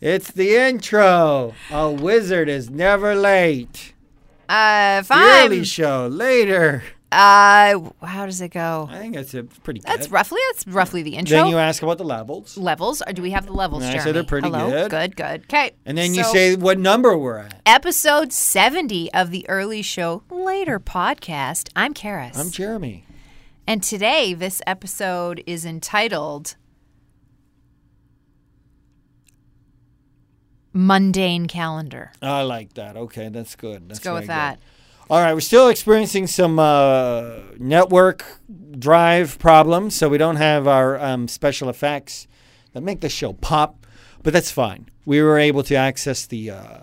It's the intro. A wizard is never late. Uh, Yearly fine. show later. Uh, how does it go? I think that's a pretty good. That's roughly that's roughly the intro. Then you ask about the levels, levels, or do we have the levels? And I Jeremy? said they're pretty Hello? good. Good, good. Okay. and then you say what number we're at. episode seventy of the Early Show Later podcast. I'm Karis, I'm Jeremy. and today this episode is entitled "Mundane Calendar." I like that. Okay, that's good. That's Let's go very with good. that. All right, we're still experiencing some uh, network drive problems, so we don't have our um, special effects that make the show pop, but that's fine. We were able to access the uh,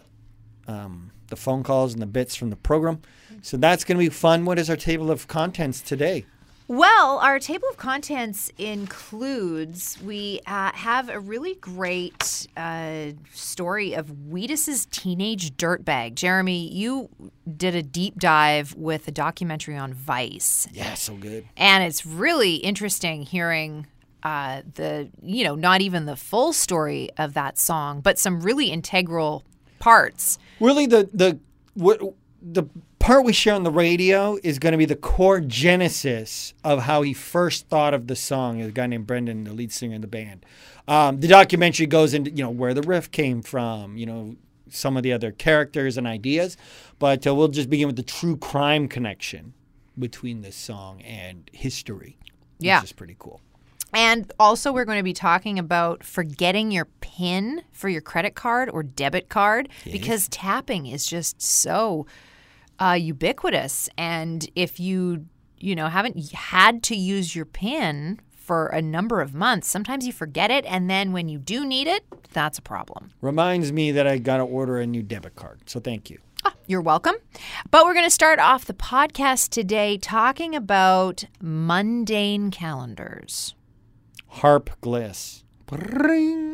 um, the phone calls and the bits from the program, so that's going to be fun. What is our table of contents today? Well, our table of contents includes we uh, have a really great uh, story of Wheatus's teenage dirtbag. Jeremy, you did a deep dive with a documentary on Vice, Yeah, so good. and it's really interesting hearing. Uh, the you know not even the full story of that song, but some really integral parts. Really, the the what the part we share on the radio is going to be the core genesis of how he first thought of the song. A guy named Brendan, the lead singer in the band. Um, the documentary goes into you know where the riff came from, you know some of the other characters and ideas, but uh, we'll just begin with the true crime connection between this song and history. Yeah. which is pretty cool. And also, we're going to be talking about forgetting your PIN for your credit card or debit card because tapping is just so uh, ubiquitous. And if you, you know, haven't had to use your PIN for a number of months, sometimes you forget it. And then when you do need it, that's a problem. Reminds me that I got to order a new debit card. So thank you. Ah, You're welcome. But we're going to start off the podcast today talking about mundane calendars. Harp Gliss. Bring.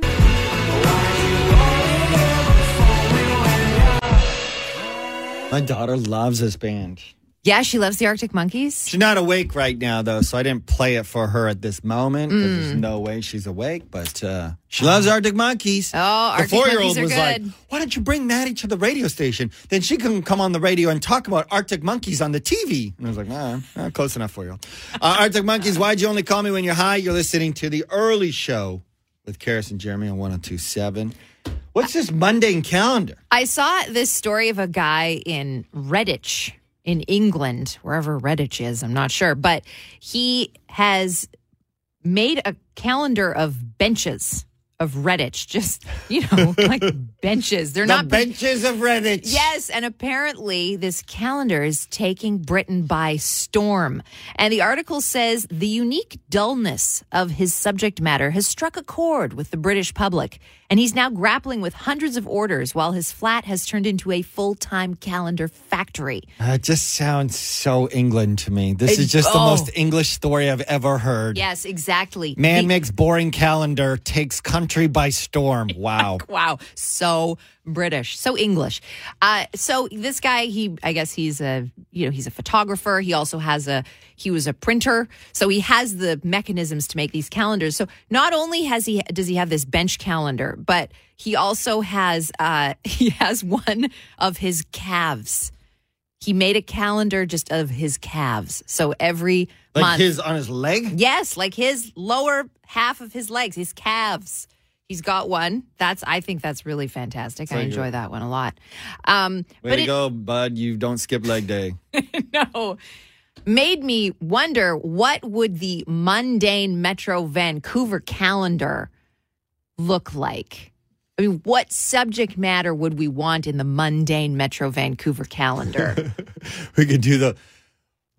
My daughter loves this band. Yeah, she loves the Arctic Monkeys. She's not awake right now, though, so I didn't play it for her at this moment. 'cause Mm. There's no way she's awake, but uh, she loves Arctic Monkeys. Oh, Arctic the four-year-old Monkeys are was like, good. "Why don't you bring Maddie to the radio station? Then she can come on the radio and talk about Arctic Monkeys on the TV." And I was like, "Nah, nah, close enough, four-year-old." Uh, Arctic Monkeys. Why'd you only call me when you're high? You're listening to the early show with Karis and Jeremy on 102.7. What's this mundane calendar? I saw this story of a guy in Redditch in England, wherever Redditch is, I'm not sure, but he has made a calendar of benches of Redditch, just, you know, like benches. They're not benches of Reddit. Yes, and apparently this calendar is taking Britain by storm. And the article says the unique dullness of his subject matter has struck a chord with the British public, and he's now grappling with hundreds of orders while his flat has turned into a full-time calendar factory. That Uh, just sounds so England to me. This It- is just oh. the most English story I've ever heard. Yes, exactly. Man The- makes boring calendar, takes country by storm. Wow. Wow, so British, so English. Uh, so this guy, he, I guess he's a, you know, he's a photographer. He also has a, he was a printer, so he has the mechanisms to make these calendars. So not only has he does he have this bench calendar, but he also has uh, he has one of his calves. He made a calendar just of his calves. So every Like month, his on his leg? Yes, like his lower half of his legs, his calves. He's got one. That's I think that's really fantastic. I enjoy that one a lot. Um, Way but to it go, bud. You don't skip leg day. no, made me wonder what would the mundane Metro Vancouver calendar look like. I mean, what subject matter would we want in the mundane Metro Vancouver calendar? we could do the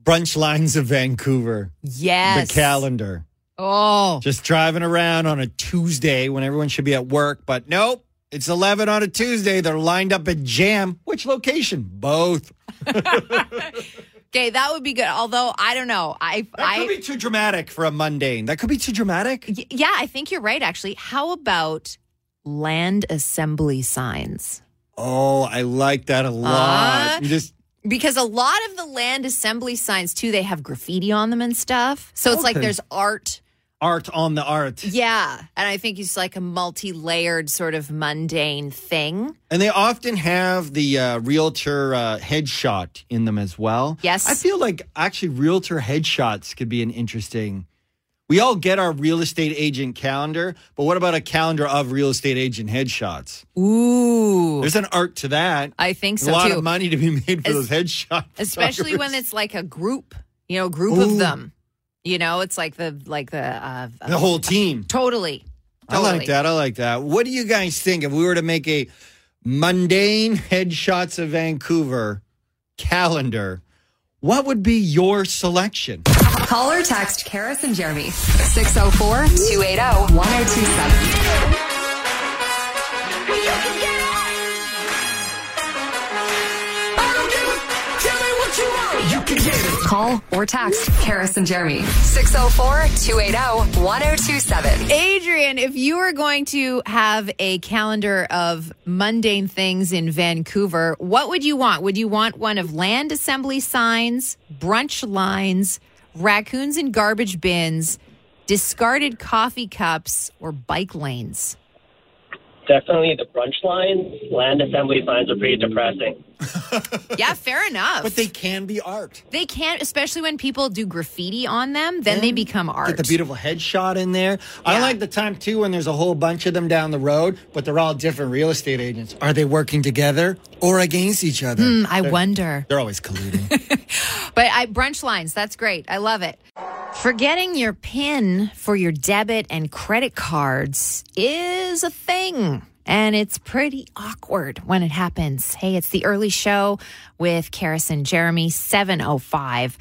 brunch lines of Vancouver. yes, The calendar. Oh, Just driving around on a Tuesday when everyone should be at work, but nope. It's 11 on a Tuesday. They're lined up at Jam. Which location? Both. okay, that would be good. Although I don't know, I That I could be too dramatic for a mundane. That could be too dramatic. Y- Yeah, I think you're right, actually. How about land assembly signs? Oh, I like that a lot. Uh, You just Because a lot of the land assembly signs, too, they have graffiti on them and stuff. So it's like Okay. there's art art on the art. Yeah. And I think it's like a multi layered sort of mundane thing. And they often have the uh, realtor uh, headshot in them as well. Yes. I feel like actually realtor headshots could be an interesting. We all get our real estate agent calendar, but what about a calendar of real estate agent headshots? Ooh. There's an art to that. I a think so lot too. of money to be made for Es- those headshots. Especially when it's like a group, you know, group of Ooh. them. You know, it's like the, like the, uh, uh, the whole team. totally. I totally. like that. I like that. What do you guys think if we were to make a mundane headshots of Vancouver calendar? What would be your selection? Call or text Karis and Jeremy. 604 280 1027. Call or text Karis and Jeremy. 604 280 1027. Adrian, if you were going to have a calendar of mundane things in Vancouver, what would you want? Would you want one of land assembly signs, brunch lines, raccoons in garbage bins, discarded coffee cups, or bike lanes? Definitely the brunch lines. Land assembly signs are pretty depressing. Yeah, fair enough. But they can be art. they can't, especially when people do graffiti on them, then they become art. Get the beautiful headshot in there. I Yeah. like the time too when there's a whole bunch of them down the road, but they're all different real estate agents. Are they working together or against each other? I wonder. They're always colluding. But I brunch lines, that's great. I love it. Forgetting your PIN for your debit and credit cards is a thing. And it's pretty awkward when it happens. Hey, it's the early show with Karis and Jeremy, 705.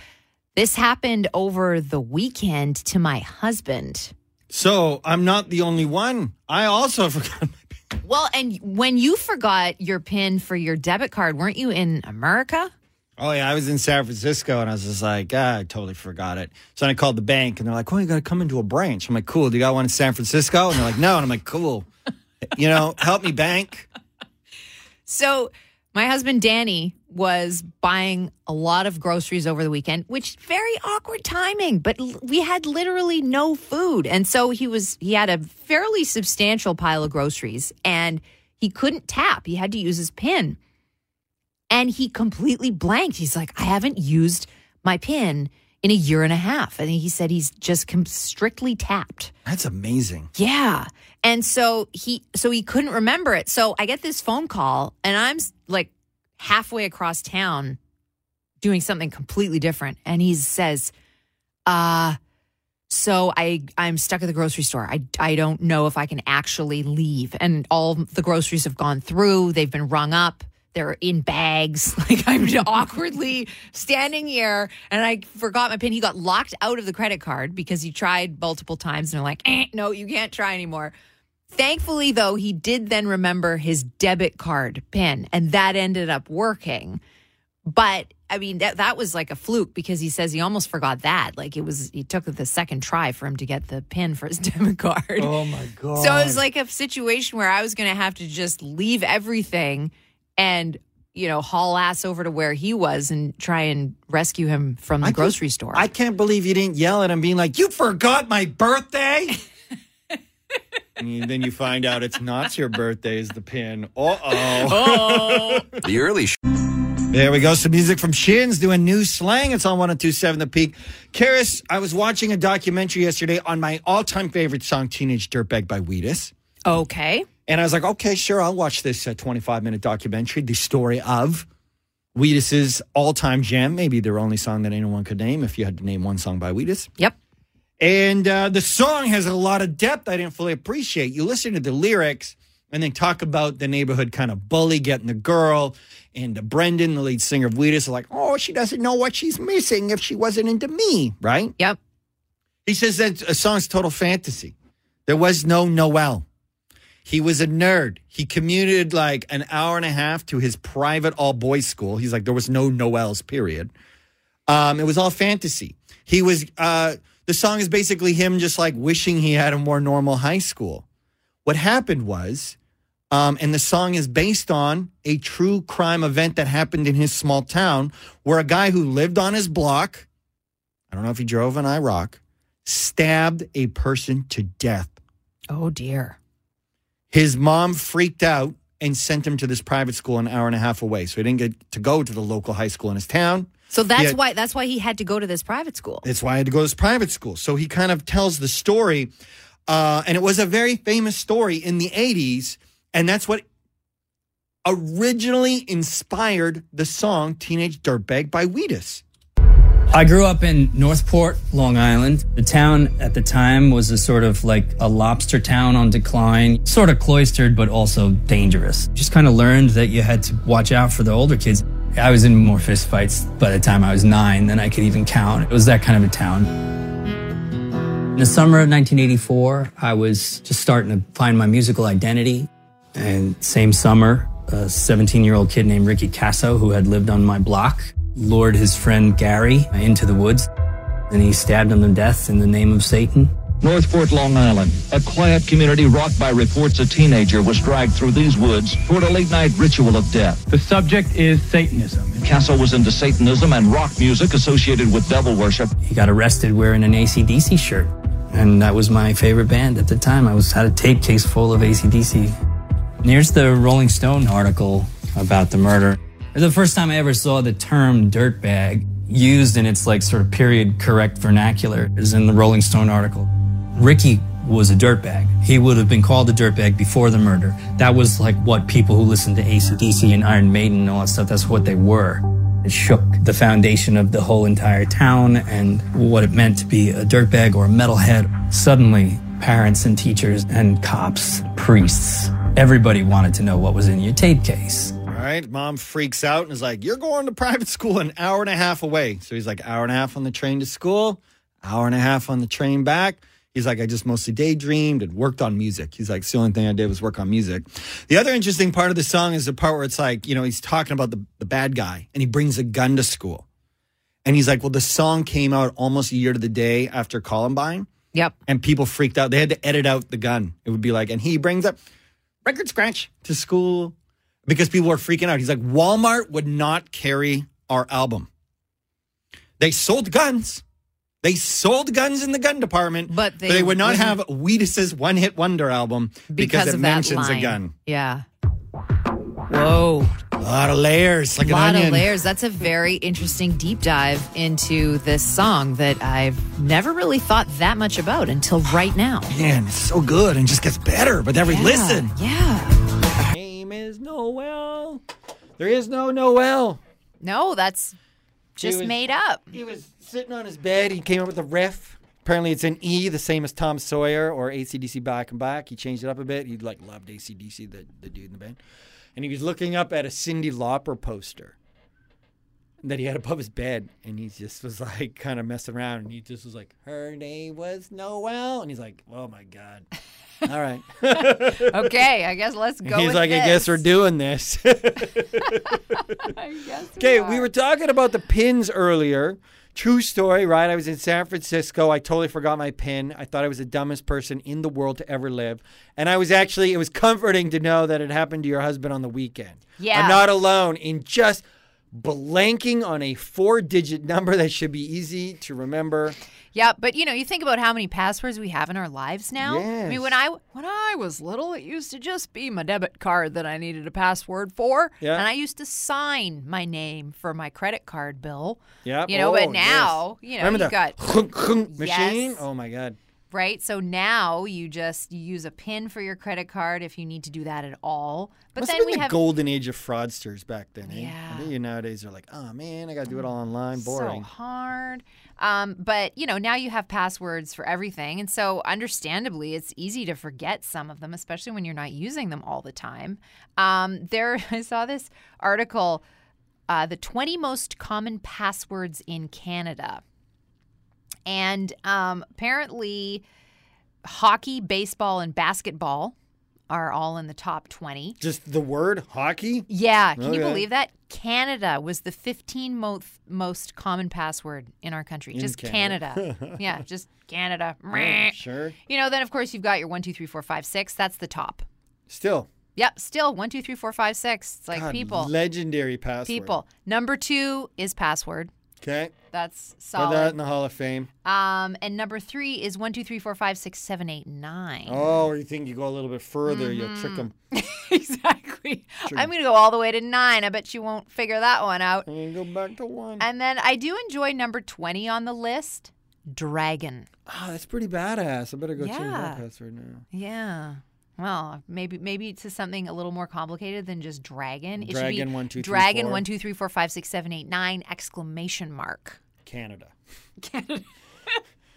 This happened over the weekend to my husband. so I'm not the only one. I also forgot my Well, and when you forgot your PIN for your debit card, weren't you in America? Oh yeah, I was in San Francisco and I was just like, ah, I totally forgot it. So then I called the bank and they're like, "Well, you got to come into a branch." I'm like, "Cool, do you got one in San Francisco?" And they're like, "No," and I'm like, "Cool, you know, help me, bank." So my husband Danny was buying a lot of groceries over the weekend, which very awkward timing, but l- we had literally no food. And so he was he had a fairly substantial pile of groceries and he couldn't tap. He had to use his pin. And he completely blanked. He's like, "I haven't used my pin in a year and a half." And he said he's just com- strictly tapped. That's amazing. Yeah. And so he so he couldn't remember it. So I get this phone call and I'm s- like halfway across town doing something completely different and he says uh so I I'm stuck at the grocery store. I I don't know if I can actually leave and all the groceries have gone through. They've been rung up. They're in bags. Like I'm awkwardly standing here and I forgot my pin. He got locked out of the credit card because he tried multiple times and they're like, eh, "No, you can't try anymore." Thankfully, though, he did then remember his debit card pin, and that ended up working. But I mean, that that was like a fluke because he says he almost forgot that. Like it was, he took the second try for him to get the pin for his debit card. Oh my god. So it was like a situation where I was going to have to just leave everything and you know haul ass over to where he was and try and rescue him from the grocery store. I can't believe you didn't yell at him, being like, "You forgot my birthday." and you- then you find out it's not your birthday is the pin. Uh oh. The early sh- There we go. Some music from Shins doing new slang. It's on 1027 The Peak. Karis, I was watching a documentary yesterday on my all time favorite song, Teenage Dirtbag by Wheatus. okay. And I was like, okay, sure, I'll watch this uh, 25 minute documentary, the story of Wheatus's all time gem, maybe their only song that anyone could name if you had to name one song by Wheatus. Yep. And uh, the song has a lot of depth I didn't fully appreciate. You listen to the lyrics and then talk about the neighborhood kind of bully getting the girl. And uh, Brendan, the lead singer of Wheatus, is like, oh, she doesn't know what she's missing if she wasn't into me, right? Yep. He says that a song's total fantasy. There was no Noel. He was a nerd. He commuted like an hour and a half to his private all boys school. He's like, there was no Noels, period. Um, it was all fantasy. He was, uh, the song is basically him just like wishing he had a more normal high school. What happened was, um, and the song is based on a true crime event that happened in his small town where a guy who lived on his block, I don't know if he drove an IROC, stabbed a person to death. Oh dear. His mom freaked out and sent him to this private school an hour and a half away. So he didn't get to go to the local high school in his town. So that's Yeah. why that's why he had to go to this private school. That's why I had to go to this private school. So he kind of tells the story. Uh, and it was a very famous story in the 80s. And that's what originally inspired the song Teenage Dirtbag by Wheatus. I grew up in Northport, Long Island. The town at the time was a sort of like a lobster town on decline, sort of cloistered, but also dangerous. Just kind of learned that you had to watch out for the older kids. I was in more fist fights by the time I was nine than I could even count. It was that kind of a town. In the summer of 1984, I was just starting to find my musical identity. And same summer, a 17 year old kid named Ricky Casso, who had lived on my block, lured his friend Gary into the woods and he stabbed him to death in the name of Satan. Northport, Long Island, a quiet community rocked by reports a teenager was dragged through these woods toward a late night ritual of death. The subject is Satanism. Castle was into Satanism and rock music associated with devil worship. He got arrested wearing an ACDC shirt. And that was my favorite band at the time. I was had a tape case full of ACDC. And here's the Rolling Stone article about the murder. It was the first time I ever saw the term dirtbag used in its like sort of period correct vernacular is in the Rolling Stone article. Ricky was a dirtbag. He would have been called a dirtbag before the murder. That was like what people who listened to ACDC and Iron Maiden and all that stuff, that's what they were. It shook the foundation of the whole entire town and what it meant to be a dirtbag or a metalhead. Suddenly, parents and teachers and cops, priests, everybody wanted to know what was in your tape case. All right. Mom freaks out and is like, You're going to private school an hour and a half away. So he's like, Hour and a half on the train to school, hour and a half on the train back. He's like, I just mostly daydreamed and worked on music. He's like, "It's the only thing I did was work on music. The other interesting part of the song is the part where it's like, you know, he's talking about the, the bad guy and he brings a gun to school. And he's like, Well, the song came out almost a year to the day after Columbine Yep. and people freaked out. They had to edit out the gun. It would be like, and he brings up record scratch to school because people are freaking out. He's like, Walmart would not carry our album. They sold guns. They sold guns in the gun department, But they would not wouldn't- have Wheatus's one hit wonder album because, Because, it of that mentions line. a gun. Yeah. Whoa. A lot of layers, like a lot an onion. of layers. That's a very interesting deep dive into this song that I've never really thought that much about until right now. Man, it's so good and just gets better with every listen. Yeah. Name is Noel. There is no Noel. No, that's just was- made up. He was sitting on his bed. He came up with a riff. Apparently, it's an E, the same as Tom Sawyer or ACDC Back and Back. He changed it up a bit. He like loved ACDC, the, the dude in the band. And he was looking up at a Cindy Lauper poster that he had above his bed. And he just was like kind of messing around. And he just was like, her name was Noel. And he's like, oh my God. All right. Okay, I guess let's go. he's with like, I guess we're this. doing this. Okay, we were talking about the pins earlier. True story, right? I was in San Francisco. I totally forgot my pin. I thought I was the dumbest person in the world to ever live. And I was actually, it was comforting to know that it happened to your husband on the weekend. Yeah. I'm not alone in just blanking on a four digit number that should be easy to remember. Yeah, but you know, you think about how many passwords we have in our lives now. I mean, when I when I was little, it used to just be my debit card that I needed a password for, Yeah. and I used to sign my name for my credit card bill. Yeah. You know, but now, you know, Oh, Remember you the got- hunk, hunk machine? Yes. Oh my God. Right? So now you just you use a pin for your credit card if you need to do that at all. But Must then have been we the have golden age of fraudsters back then. Eh? Yeah. I think you nowadays are like, oh man, I got to do it all online. Boring. So hard. Um, but you know, now you have passwords for everything, and so understandably, it's easy to forget some of them, especially when you're not using them all the time. Um, there, I saw this article: uh, the 20 most common passwords in Canada, and um, apparently, hockey, baseball, and basketball are all in the top 20. Just the word hockey? Yeah, can you Okay. believe that? Canada was the 15 most most common password in our country. just Canada. yeah, just Canada. Oh, Sure. You know, then of course you've got your one, two, three, four, five, six. That's the top. Still. Yep, still one, two, three, four, five, six. It's like God, people, Legendary password. people. Number two is password. Okay. That's Put that solid. in the Hall of Fame. Um, and number three is one, two, three, four, five, six, seven, eight, nine. Oh, you think you go a little bit further, you'll Mm-hmm. trick them. exactly. I'm going to go all the way to nine. I bet you won't figure that one out. And go back to one. Mm. And then I do enjoy number 20 on the list Dragon. Oh, that's pretty badass. I better go change Yeah. my password now. Yeah. Well, maybe maybe it's just something a little more complicated than just dragon. It should be Dragon, one, two, three, dragon four. one two three four five six seven eight nine exclamation mark. Canada.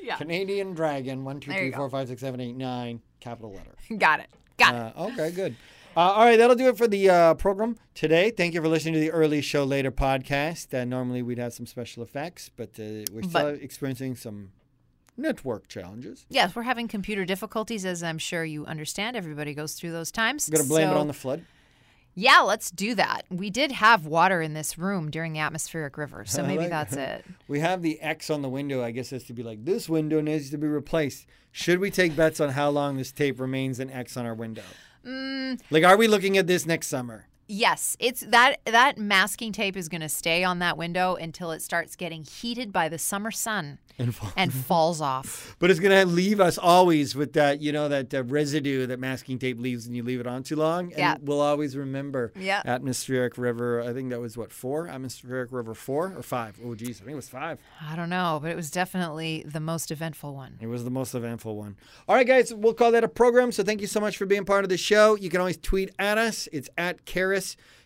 Yeah. Canadian Dragon, one, two, There you three, four, five, six, seven, eight, nine, capital letter. Got it. Got it. Uh, okay, good. Uh, all right, that'll do it for the uh, program today. Thank you for listening to the Early Show Later podcast. Uh, normally we'd have some special effects, but uh, we're still But- experiencing some network challenges. Yes, we're having computer difficulties, as I'm sure you understand. Everybody goes through those times. I'm going to blame it So- on the flood. Yeah, let's do that. We did have water in this room during the atmospheric river, so I maybe like- that's it. We have the X on the window. I guess that's to be like, this window needs to be replaced. Should we take bets on how long this tape remains an X on our window? Mm. Like, are we looking at this next summer? Yes, it's that that masking tape is going to stay on that window until it starts getting heated by the summer sun And fall- and falls off. But it's going to leave us always with that, you know, that uh, residue that masking tape leaves and you leave it on too long. And Yeah. we'll always remember Yeah. Atmospheric River. I think that was what, four? Atmospheric River four or five? Oh, geez. I think it was five. I don't know, but it was definitely the most eventful one. It was the most eventful one. All right, guys, we'll call that a program. So thank you so much for being part of the show. You can always tweet at us. It's at Karis,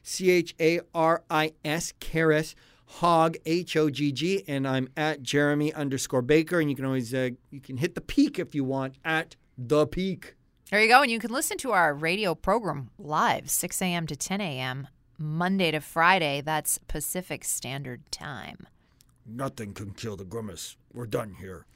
C H A R I S, Karis Hog, H O G G, and I'm at Jeremy underscore Baker. And you can always uh, you can hit the peak if you want at the peak. There you go, and you can listen to our radio program live 6 a.m. to 10 a.m. Monday to Friday. That's Pacific Standard Time. Nothing can kill the grimace. We're done here.